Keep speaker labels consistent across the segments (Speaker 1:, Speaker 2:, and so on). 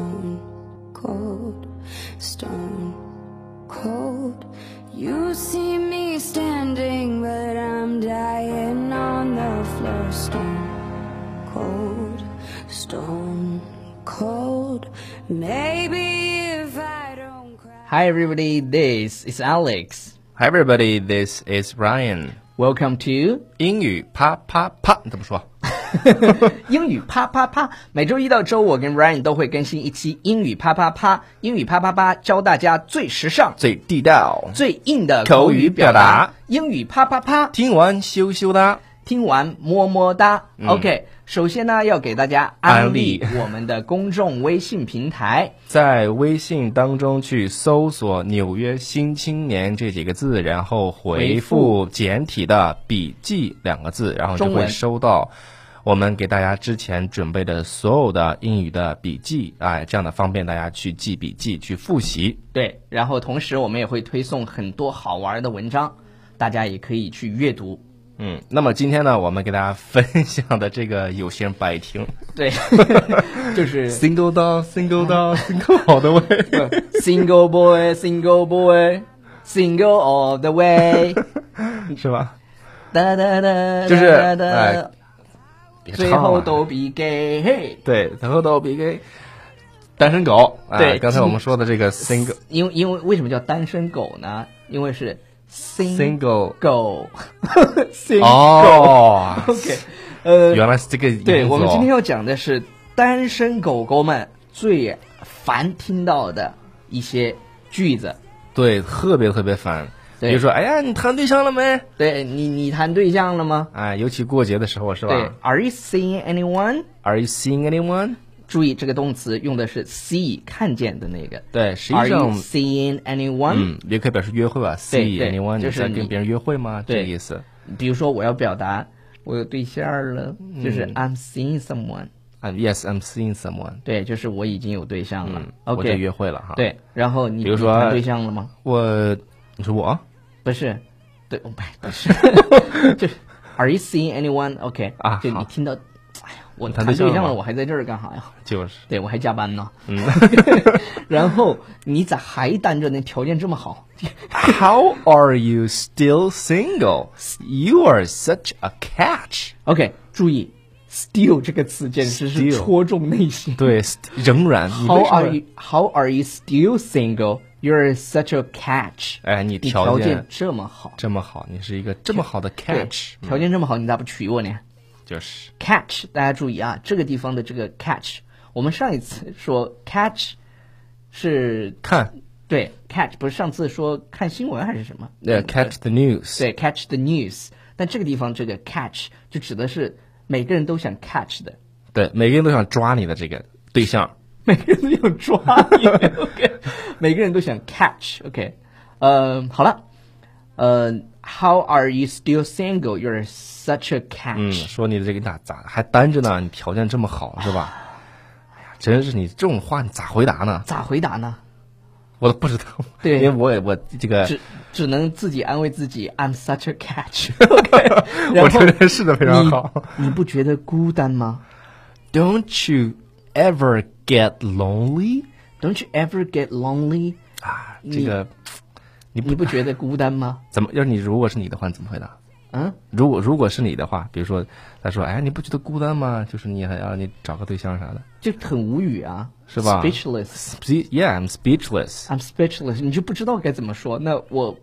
Speaker 1: Stone cold, stone cold. You see me standing, but I'm dying on the floor. Stone cold, stone cold. Maybe if I don't cry.
Speaker 2: Hi, everybody. This is Alex.
Speaker 3: Hi everybody, this is Ryan。
Speaker 2: Welcome to
Speaker 3: 英语啪啪啪，你怎么说？
Speaker 2: 英语啪啪啪。每周一到周五，我跟 Ryan 都会更新一期英语啪啪啪。英语啪啪啪，教大家最时尚、
Speaker 3: 最地道，
Speaker 2: 最硬的
Speaker 3: 口
Speaker 2: 语
Speaker 3: 语
Speaker 2: 表
Speaker 3: 表达。
Speaker 2: 英语啪啪啪，
Speaker 3: 听完羞羞哒。
Speaker 2: 听完么么哒。OK，首
Speaker 3: 嗯
Speaker 2: 先呢，要给大家安利我们的公众微信平台。
Speaker 3: 在微信当中去搜索“纽约新青年”这几个字，然后回复简体的“笔记”两个字，然后就
Speaker 2: 中
Speaker 3: 会
Speaker 2: 文
Speaker 3: 收到我们给大家之前准备的所有的英语的笔记。哎，这样的方便大家去记笔记、去复习。
Speaker 2: 对，然后同时我们也会推送很多好玩的文章，大家也可以去阅读。
Speaker 3: 嗯，那么今天呢，我们给大家分享的这个有些人不爱听。
Speaker 2: 对， 就是。
Speaker 3: Single 到 single 到 single 好的位，
Speaker 2: Single boy, single boy, single all the way。
Speaker 3: 是吧？
Speaker 2: 哒哒哒，
Speaker 3: 就是
Speaker 2: 哒哒
Speaker 3: 哎别
Speaker 2: 最
Speaker 3: 唱
Speaker 2: 后
Speaker 3: 了
Speaker 2: 都比 gay。嘿，
Speaker 3: 对，最后都比给单身狗。啊
Speaker 2: 对
Speaker 3: 刚才我们说的这个 single
Speaker 2: 因为因为为什么叫单身狗呢？因为是 single
Speaker 3: single
Speaker 2: 狗 ，single。
Speaker 3: 哦，
Speaker 2: OK，呃，
Speaker 3: 原来是这个意思 哦。
Speaker 2: 对我们今天要讲的是单身狗狗们最烦听到的一些句子。
Speaker 3: 对特别特别烦，
Speaker 2: 对
Speaker 3: 比如说，哎呀，你谈对象了没？
Speaker 2: 对你，你谈对象了吗？
Speaker 3: 哎，尤其过节的时候是
Speaker 2: 对
Speaker 3: 吧
Speaker 2: ，Are you seeing anyone？
Speaker 3: ？Are you seeing anyone？
Speaker 2: 注意这个动词用的是 see 看见的那个。
Speaker 3: 对，实际
Speaker 2: Are you
Speaker 3: 上，
Speaker 2: seeing anyone？、
Speaker 3: 嗯，也可以表示约会啊。See
Speaker 2: 对
Speaker 3: anyone？
Speaker 2: 就
Speaker 3: 你
Speaker 2: 是
Speaker 3: 在
Speaker 2: 你
Speaker 3: 跟别人约会吗？这
Speaker 2: 对
Speaker 3: 个意思。
Speaker 2: 比如说我要表达我有对象了，
Speaker 3: 嗯
Speaker 2: 就是 I'm seeing someone。
Speaker 3: I'm yes, I'm 啊 seeing someone。
Speaker 2: 对，就是我已经有对象了。
Speaker 3: 嗯，我在
Speaker 2: OK，
Speaker 3: 约会了哈。，
Speaker 2: 对，然后你
Speaker 3: 比如说
Speaker 2: 你谈对象了吗？
Speaker 3: 我，你说我
Speaker 2: 不是，对，哦 不不是，就是 Are you seeing anyone？OK，、
Speaker 3: 啊
Speaker 2: 就你
Speaker 3: 好
Speaker 2: 听到，哎呀，我
Speaker 3: 谈
Speaker 2: 谈对
Speaker 3: 对象
Speaker 2: 象
Speaker 3: 了
Speaker 2: 了，
Speaker 3: 吗
Speaker 2: 我还在这儿干啥哎呀？
Speaker 3: 就是。
Speaker 2: 对我还加班呢。嗯， 然后你咋还单着呢？条件这么好，
Speaker 3: How are you still single? You are such a catch.
Speaker 2: OK，注意，still 这个词简直是
Speaker 3: Still
Speaker 2: 戳中内心。
Speaker 3: 对，仍然。你
Speaker 2: How
Speaker 3: 为什么
Speaker 2: are you? How are you still single? You're such a catch.
Speaker 3: 哎你
Speaker 2: 你
Speaker 3: 条
Speaker 2: 条
Speaker 3: 件
Speaker 2: 这么好
Speaker 3: 这么好？你是一个这么好的
Speaker 2: 对
Speaker 3: catch，嗯
Speaker 2: 条件这么好，你咋不娶我呢
Speaker 3: 就是
Speaker 2: ？Catch，大家注意啊，这个地方的这个 catch，我们上一次说 catch 是
Speaker 3: 看，
Speaker 2: 对 catch，不是上次说看新闻还是什么？
Speaker 3: 呃，catch the news。
Speaker 2: 对 catch the news，但这个地方这个 catch 就指的是每个人都想 catch 的，
Speaker 3: 对，每个人都想抓你的这个对象。
Speaker 2: 每个人都想抓 你，OK，每个人都想 catch，OK，、呃，好了，呃，How are you still single? You're such a
Speaker 3: 嗯，
Speaker 2: catch、
Speaker 3: 说你的这个咋咋还单着呢？你条件这么好是吧？哎呀，真是你这种话你咋回答呢？
Speaker 2: 咋回答呢？
Speaker 3: 我都不知道。
Speaker 2: 对
Speaker 3: 因为我也我这个
Speaker 2: 只只能自己安慰自己，I'm such a catch。OK，然
Speaker 3: 我
Speaker 2: 后
Speaker 3: 这人是的非常好。
Speaker 2: 你，你不觉得孤单吗
Speaker 3: Don't you ever get lonely？
Speaker 2: ？Don't you ever get lonely？
Speaker 3: 啊，
Speaker 2: 你
Speaker 3: 这个你
Speaker 2: 你不
Speaker 3: 不
Speaker 2: 觉得孤单吗？
Speaker 3: 怎么？要是你如果是你的话，你怎么回答？
Speaker 2: 嗯，
Speaker 3: 如果如果是你的话，比如说他说：“哎，你不觉得孤单吗？就是你还要你找个对象啥的，
Speaker 2: 就很无语啊，
Speaker 3: 是吧
Speaker 2: Speechless。
Speaker 3: Spe-？”Yeah, I'm speechless。
Speaker 2: I'm speechless，你就不知道该怎么说。那我，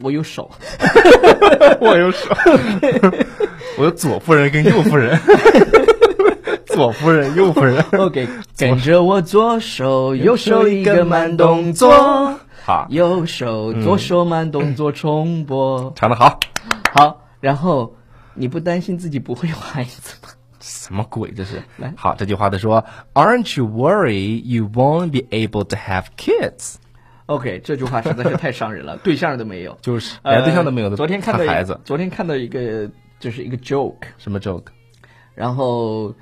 Speaker 2: 我有手，
Speaker 3: 我有手，我有左夫人跟右夫 人，左夫人右夫人，
Speaker 2: OK，跟着我左手右手一个慢动作，
Speaker 3: 好
Speaker 2: 右手左手慢动作重播。
Speaker 3: 唱的好，
Speaker 2: 好，然后你不担心自己不会有孩子吗？
Speaker 3: 什么鬼这是
Speaker 2: 来？
Speaker 3: 好，这句话他说：“Aren't you worried you won't be able to have kids？”
Speaker 2: OK，这句话实在是太伤人了，对象都没有，
Speaker 3: 就是
Speaker 2: 呃
Speaker 3: 连对象都没有的
Speaker 2: 昨天看到一
Speaker 3: 怕孩子
Speaker 2: 昨天看到一个就是一个 joke，
Speaker 3: 什么 joke？
Speaker 2: 然后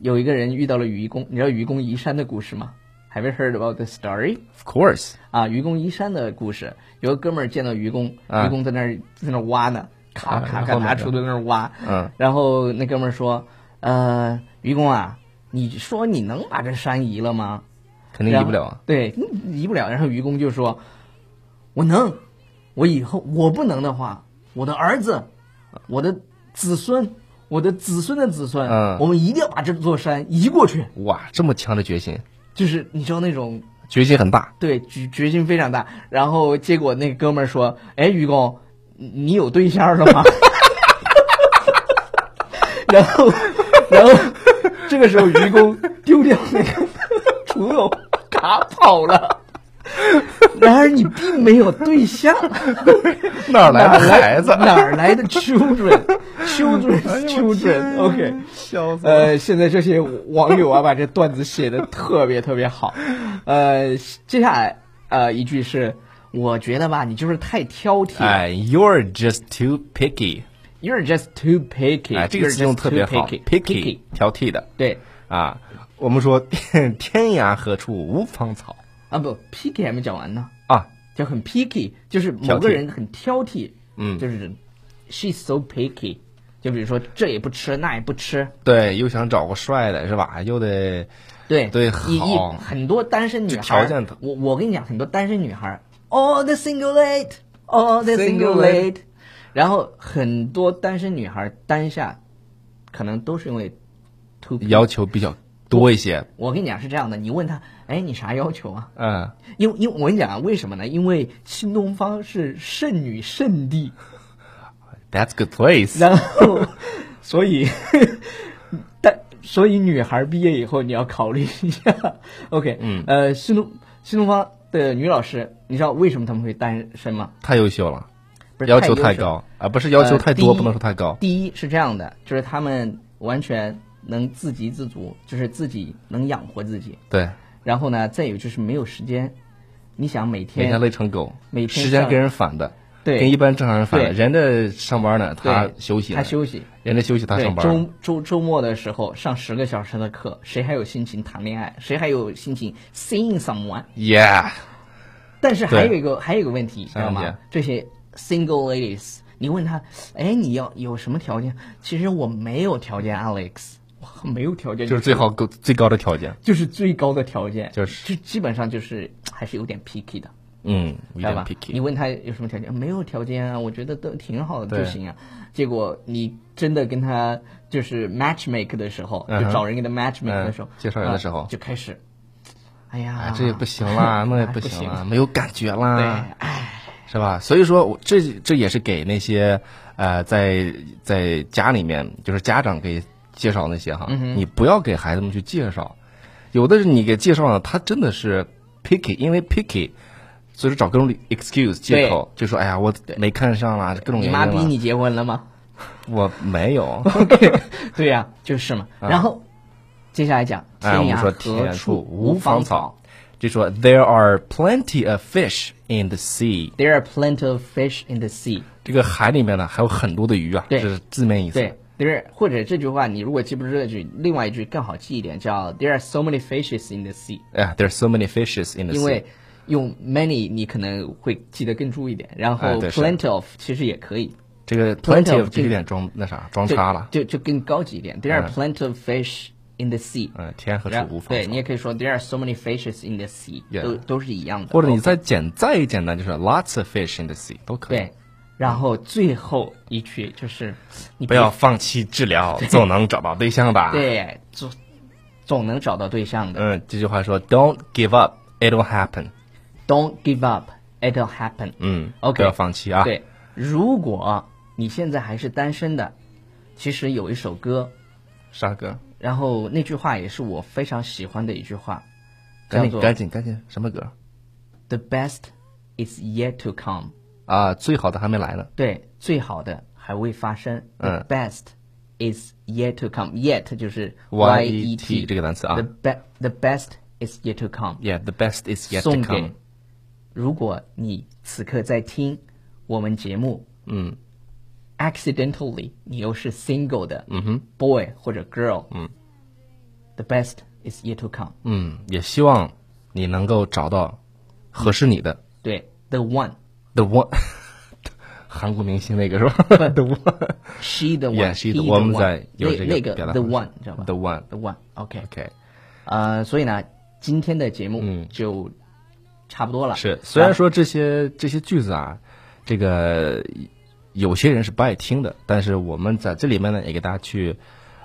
Speaker 2: 有一个人遇到了愚公，你知道愚公移山的故事吗？Have you heard about the story？
Speaker 3: Of course，
Speaker 2: 啊，愚公移山的故事，有个哥们儿见到愚公，
Speaker 3: 啊
Speaker 2: 愚公在那儿在那儿挖呢，咔
Speaker 3: 啊
Speaker 2: 咔
Speaker 3: 然
Speaker 2: 咔
Speaker 3: 后呢
Speaker 2: 拿锄头在那儿挖，
Speaker 3: 嗯
Speaker 2: 然后那哥们儿说，呃，愚公啊，你说你能把这山移了吗？
Speaker 3: 肯定移不了啊。
Speaker 2: 对，移不了。然后愚公就说：“我能，我以后我不能的话，我的儿子，我的子孙，我的子孙的子孙，
Speaker 3: 嗯
Speaker 2: 我们一定要把这座山移过去。
Speaker 3: 哇，这么强的决心，”
Speaker 2: 就是你知道那种
Speaker 3: 决心很大。
Speaker 2: 对决决心非常大。然后结果那哥们儿说：“哎，愚公，你你有对象了吗？” 然后，然后这个时候愚公丢掉那个 土豆，卡跑了。然而你并没有对象，
Speaker 3: 哪儿来的孩子？
Speaker 2: 哪儿来的 children？children
Speaker 3: 哎呦我天
Speaker 2: children OK。
Speaker 3: 笑死了。
Speaker 2: 呃，现在这些网友啊，把这段子写的特别特别好。呃，接下来呃一句是，我觉得吧，你就是太挑剔了、
Speaker 3: 哎，You're just too picky。
Speaker 2: y o u r e just too picky、
Speaker 3: 哎，这个词用得特别好
Speaker 2: picky，,
Speaker 3: ，picky 挑剔的
Speaker 2: 对
Speaker 3: 啊。我们说 天涯何处无芳草
Speaker 2: 啊，不 picky 还没讲完呢，
Speaker 3: 啊，
Speaker 2: 就很 picky，就是某
Speaker 3: 挑
Speaker 2: 个
Speaker 3: 剔
Speaker 2: 人很挑剔，
Speaker 3: 嗯
Speaker 2: 就是 she's so picky，就比如说这也不吃那也不吃，
Speaker 3: 对，又想找个帅的是吧？又得
Speaker 2: 对
Speaker 3: 对
Speaker 2: 你你
Speaker 3: 好
Speaker 2: 很多单身女孩儿，
Speaker 3: 条件的哦
Speaker 2: 我我跟你讲，很多单身女孩儿，all the single late，all the single
Speaker 3: Single
Speaker 2: late，然后很多单身女孩儿单下，可能都是因为 too。
Speaker 3: 要求比较多一些。
Speaker 2: 我跟你讲是这样的，你问她，哎，你啥要求啊？
Speaker 3: 嗯，
Speaker 2: 因为因为我跟你讲啊，为什么呢？因为新东方是剩女圣地，
Speaker 3: That's good place。
Speaker 2: 然后所以 但所以女孩毕业以后你要考虑一下。OK，
Speaker 3: 嗯
Speaker 2: 呃，新东新东方的女老师，你知道为什么她们会单身吗？
Speaker 3: 太优秀了，
Speaker 2: 不是
Speaker 3: 要求
Speaker 2: 太
Speaker 3: 太
Speaker 2: 优秀了
Speaker 3: 高，啊，不是要求
Speaker 2: 呃
Speaker 3: 太多，
Speaker 2: 第一
Speaker 3: 不能说太高。
Speaker 2: 第一是这样的，就是她们完全能自给自足，就是自己能养活自己。
Speaker 3: 对，
Speaker 2: 然后呢，再有就是没有时间，你想每
Speaker 3: 每
Speaker 2: 天
Speaker 3: 天累成狗
Speaker 2: 每，天
Speaker 3: 时间
Speaker 2: 上
Speaker 3: 跟人反的，
Speaker 2: 对
Speaker 3: 跟一般正常人反的。
Speaker 2: 对
Speaker 3: 人家上班呢，他
Speaker 2: 对
Speaker 3: 休息呢，
Speaker 2: 他休息，
Speaker 3: 人家休息，他
Speaker 2: 对
Speaker 3: 上班呢。
Speaker 2: 周周周末的时候上十个小时的课，谁还有心情谈恋爱？谁还有心情 seeing someone？
Speaker 3: Yeah，
Speaker 2: 但是还有
Speaker 3: 对
Speaker 2: 一个还有一个问题，你知道
Speaker 3: 啥问
Speaker 2: 吗
Speaker 3: 题？
Speaker 2: 这些 single ladies，你问他，哎，你要有什么条件？其实我没有条件，Alex，我没有条件，
Speaker 3: 就是最好够最高的条件。
Speaker 2: 就是最高的条件，
Speaker 3: 就是
Speaker 2: 就基本上就是还是有点 picky 的，
Speaker 3: 嗯，有
Speaker 2: 知道
Speaker 3: 点
Speaker 2: 吧
Speaker 3: picky。
Speaker 2: 你问他有什么条件？没有条件啊，我觉得都挺好的
Speaker 3: 对
Speaker 2: 就行啊。结果你真的跟他就是 match make 的时候，
Speaker 3: 嗯哼
Speaker 2: 就找人给他 match make 的时候
Speaker 3: 嗯，介绍人的时候
Speaker 2: 啊就开始，哎呀
Speaker 3: 哎，，这也不行 啦，那也不
Speaker 2: 哎不行
Speaker 3: 行啦，没有感觉
Speaker 2: 对，
Speaker 3: 啦，
Speaker 2: 哎，
Speaker 3: 是吧？所以说，我这这也是给那些呃，在在家里面，就是家长给介绍那些哈，
Speaker 2: 嗯
Speaker 3: 你不要给孩子们去介绍，有的是你给介绍了，他真的是 picky，因为 picky。所以说找各种理 excuse 借口，就说哎呀我没看上啦，各种
Speaker 2: 你
Speaker 3: 原因
Speaker 2: 妈逼
Speaker 3: 啦。
Speaker 2: 你结婚了吗？
Speaker 3: 我 没有，
Speaker 2: 对呀、就是嘛。然后接下来讲天
Speaker 3: 嗯哎，我
Speaker 2: 涯
Speaker 3: 们
Speaker 2: 何
Speaker 3: 说天
Speaker 2: 处
Speaker 3: 处
Speaker 2: 无
Speaker 3: 无
Speaker 2: 芳
Speaker 3: 芳
Speaker 2: 草
Speaker 3: 草，就说 there are plenty of fish in the sea。
Speaker 2: ，There are plenty of fish in the sea。
Speaker 3: 这个海里面呢还有很多的鱼啊，
Speaker 2: 对
Speaker 3: 这是字面意思。
Speaker 2: 对，There are- 或者这句话你如果记不住这句，另外一句更好记一点，叫 There are so many fishes in the sea。
Speaker 3: 哎，there's so many fishes in the sea。
Speaker 2: 因为用 many 你可能会记得更住一点，然后
Speaker 3: 哎对是
Speaker 2: plenty of 其实也可以，
Speaker 3: 这个
Speaker 2: plenty
Speaker 3: plenty
Speaker 2: of
Speaker 3: of 这
Speaker 2: 这
Speaker 3: 个点装那啥装
Speaker 2: 就
Speaker 3: 叉了。
Speaker 2: 就就更高级一点。There are plenty of fish in the sea。
Speaker 3: 嗯，天何处
Speaker 2: 然
Speaker 3: 无芳
Speaker 2: 对
Speaker 3: 草
Speaker 2: 你。也可以说 There are so many fishes in the sea，
Speaker 3: Yeah
Speaker 2: 都都是一样的。哦
Speaker 3: 或者你再简再简单，就是 lots of fish in the sea 都可以。
Speaker 2: 对，，然后最后一句就是你
Speaker 3: 不要放弃治疗，总能找到对象 吧？，
Speaker 2: 对总总能找到对象的。
Speaker 3: 嗯，这句话说 don't give up, it'll happen。
Speaker 2: Don't give up, it'll happen。
Speaker 3: 嗯
Speaker 2: ，OK，
Speaker 3: 不要放弃啊
Speaker 2: 对，如果你现在还是单身的，其实有一首歌，
Speaker 3: 沙哥，
Speaker 2: 然后那句话也是我非常喜欢的一句话，叫
Speaker 3: 赶紧
Speaker 2: 做
Speaker 3: 赶紧赶紧，什么歌
Speaker 2: “The best is yet to come”。
Speaker 3: 啊？最好的还没来呢。
Speaker 2: 对，最好的还未发生。
Speaker 3: 嗯
Speaker 2: The best is yet to come. Yet 就是
Speaker 3: Y
Speaker 2: E
Speaker 3: E T 这个单词啊
Speaker 2: The be the best is yet to come.
Speaker 3: Yeah, the best is yet
Speaker 2: 送
Speaker 3: to
Speaker 2: 给
Speaker 3: come。
Speaker 2: 如果你此刻在听我们节目，
Speaker 3: 嗯
Speaker 2: ，accidentally 你又是 single 的，嗯哼，boy 或者 girl，嗯，the best is yet to come。
Speaker 3: 嗯，也希望你能够找到合适你的
Speaker 2: 对，the one。
Speaker 3: the one 韩国明星那个是吧？The one，
Speaker 2: she the
Speaker 3: Yeah,
Speaker 2: one，
Speaker 3: she
Speaker 2: he
Speaker 3: the one，我们
Speaker 2: one
Speaker 3: 在有这
Speaker 2: 那
Speaker 3: 个
Speaker 2: 那个
Speaker 3: 表达
Speaker 2: the
Speaker 3: 方式
Speaker 2: one，你知道吧
Speaker 3: The one
Speaker 2: ？the one，OK，
Speaker 3: OK，
Speaker 2: 呃，所以呢，今天的节目
Speaker 3: 嗯
Speaker 2: 就差不多了。
Speaker 3: 是。虽然说这些这些句子啊，这个有些人是不爱听的，但是我们在这里面呢，也给大家去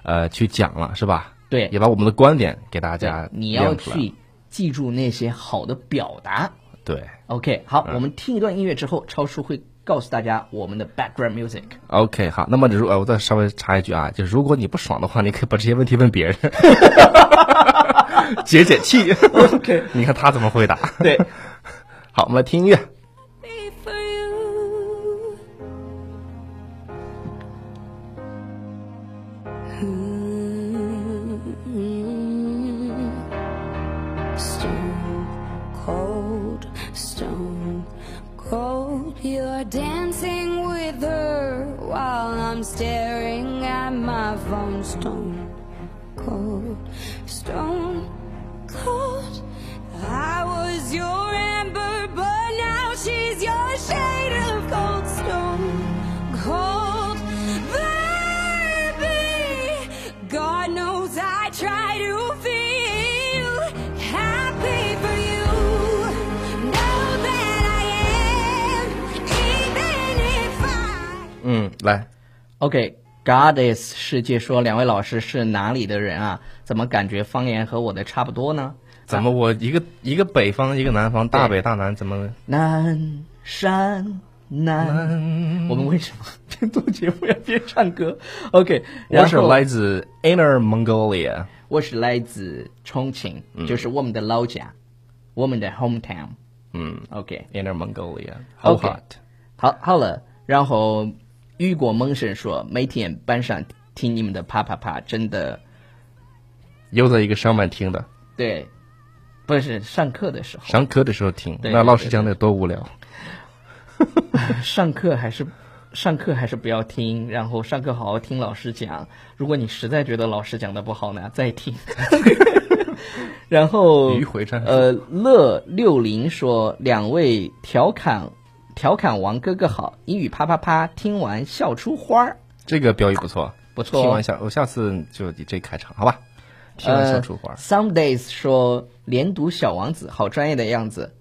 Speaker 3: 呃去讲了，是吧？
Speaker 2: 对
Speaker 3: 也把我们的观点给大
Speaker 2: 对
Speaker 3: 家
Speaker 2: 你要
Speaker 3: 亮出来嗯
Speaker 2: 去记住那些好的表达。
Speaker 3: 对。
Speaker 2: OK，好，
Speaker 3: 嗯
Speaker 2: 我们听一段音乐之后，超叔会告诉大家我们的 background music。
Speaker 3: OK，好，那么如呃，我再稍微插一句啊，就是如果你不爽的话，你可以把这些问题问别人， 解解气。OK，你 看他怎么回答。
Speaker 2: 对，
Speaker 3: 好，我们来听音乐。
Speaker 1: be for you. Hmm. Mm. Stone cold, stone cold. You're dancing with her while I'm staring at my phone. Stone cold, stone cold. I was your amber, but now she's your shade of cold stone cold. Baby, God knows I try to feel happy for you. Know that I am, even if I.
Speaker 3: 嗯，来，
Speaker 2: OK，Goddess 世界说两位老师是哪里的人啊？怎么感觉方言和我的差不多呢？
Speaker 3: 怎么我一个一个北方，一个南方，大北大南，怎么
Speaker 2: 南山南，我们为什么 边做节目要边唱歌？OK，
Speaker 3: 我
Speaker 2: 然
Speaker 3: 是
Speaker 2: 后
Speaker 3: 来自 Inner Mongolia，
Speaker 2: 我是来自重庆，就是我们的老家，我们的 hometown。
Speaker 3: 嗯
Speaker 2: OK，
Speaker 3: ，Inner Mongolia，How
Speaker 2: OK
Speaker 3: hot？
Speaker 2: 好，好了。然后雨果蒙神说，每天班上听你们的啪啪啪，真的
Speaker 3: 又在一个上班听的，
Speaker 2: 对，不是上课的时候，
Speaker 3: 上课的时候听，
Speaker 2: 对
Speaker 3: 那
Speaker 2: 对
Speaker 3: 老
Speaker 2: 对
Speaker 3: 师讲的多无聊。
Speaker 2: 上课还是上课还是不要听，然后上课好好听老师讲。如果你实在觉得老师讲的不好呢，再听。 然后
Speaker 3: 迂回战术
Speaker 2: 呃，乐六零说，两位调侃调侃王哥哥好，英语啪啪啪，听完笑出花儿。
Speaker 3: 这个标语不错，
Speaker 2: 不错哦
Speaker 3: 听完下，我下次就以这开场，好吧？听完小厨花
Speaker 2: 呃。。Some days 说连读小王子，好专业的样子。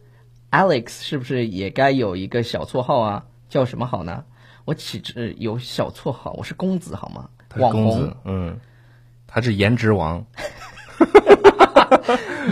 Speaker 2: Alex 是不是也该有一个小绰号啊？叫什么好呢？我岂止有小绰号，我是公子好吗？
Speaker 3: 他是
Speaker 2: 网
Speaker 3: 公子
Speaker 2: 红，
Speaker 3: 嗯，他是颜值王，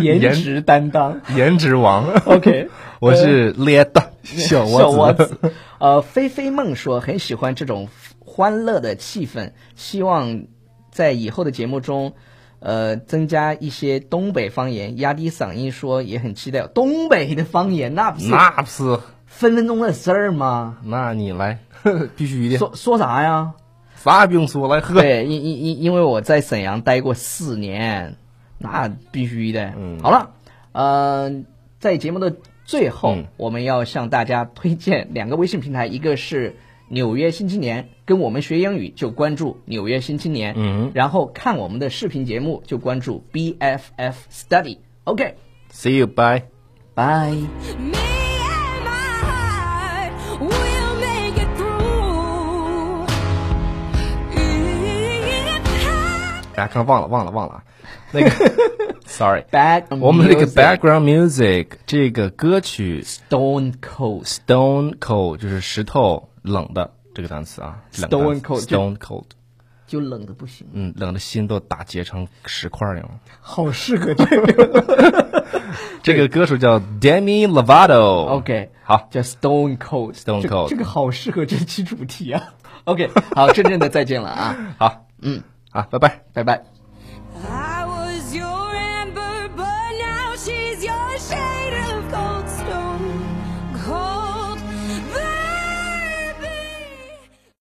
Speaker 2: 颜
Speaker 3: 颜
Speaker 2: 值担当。
Speaker 3: 颜值 王。
Speaker 2: OK，
Speaker 3: 我是咧的小
Speaker 2: 小
Speaker 3: 王
Speaker 2: 子。呃，菲菲梦说很喜欢这种欢乐的气氛，希望在以后的节目中，呃，增加一些东北方言，压低嗓音说，也很期待东北的方言，那不是
Speaker 3: 那不是，
Speaker 2: 分分钟的事儿吗？
Speaker 3: 那你来， 必须的，
Speaker 2: 说说啥呀？
Speaker 3: 啥也不用说，来喝。
Speaker 2: 对，因因因因为我在沈阳待过四年，那必须的。
Speaker 3: 嗯
Speaker 2: 好了，嗯、在节目的最后，
Speaker 3: 嗯
Speaker 2: 我们要向大家推荐两个微信平台，一个是纽约新青年，跟我们学英语就关注纽约新青年，
Speaker 3: 嗯
Speaker 2: 然后看我们的视频节目就关注 BFF Study。OK，
Speaker 3: See you, bye.
Speaker 2: 拜。
Speaker 1: Me and my heart will make it through. If I
Speaker 3: 大家看，忘了，忘了，忘了啊。那 个，sorry，
Speaker 2: Back，
Speaker 3: 我们这个 background music 这个歌曲
Speaker 2: Stone Cold，
Speaker 3: Stone Cold 就是石头冷的这个单词啊冷的单
Speaker 2: Stone
Speaker 3: 词
Speaker 2: cold，就
Speaker 3: Stone Cold，
Speaker 2: 就冷的不行，
Speaker 3: 嗯，冷的心都打结成石块儿一样了。
Speaker 2: 好适合这个。
Speaker 3: 这个歌手叫 Demi Lovato。
Speaker 2: OK，
Speaker 3: 好，
Speaker 2: 叫 Stone Cold。
Speaker 3: Stone
Speaker 2: 这
Speaker 3: Cold
Speaker 2: 这个好适合这期主题 啊。OK，好，真正的再见了啊，
Speaker 3: 好，嗯，好，拜拜。
Speaker 2: 拜拜。
Speaker 1: I was your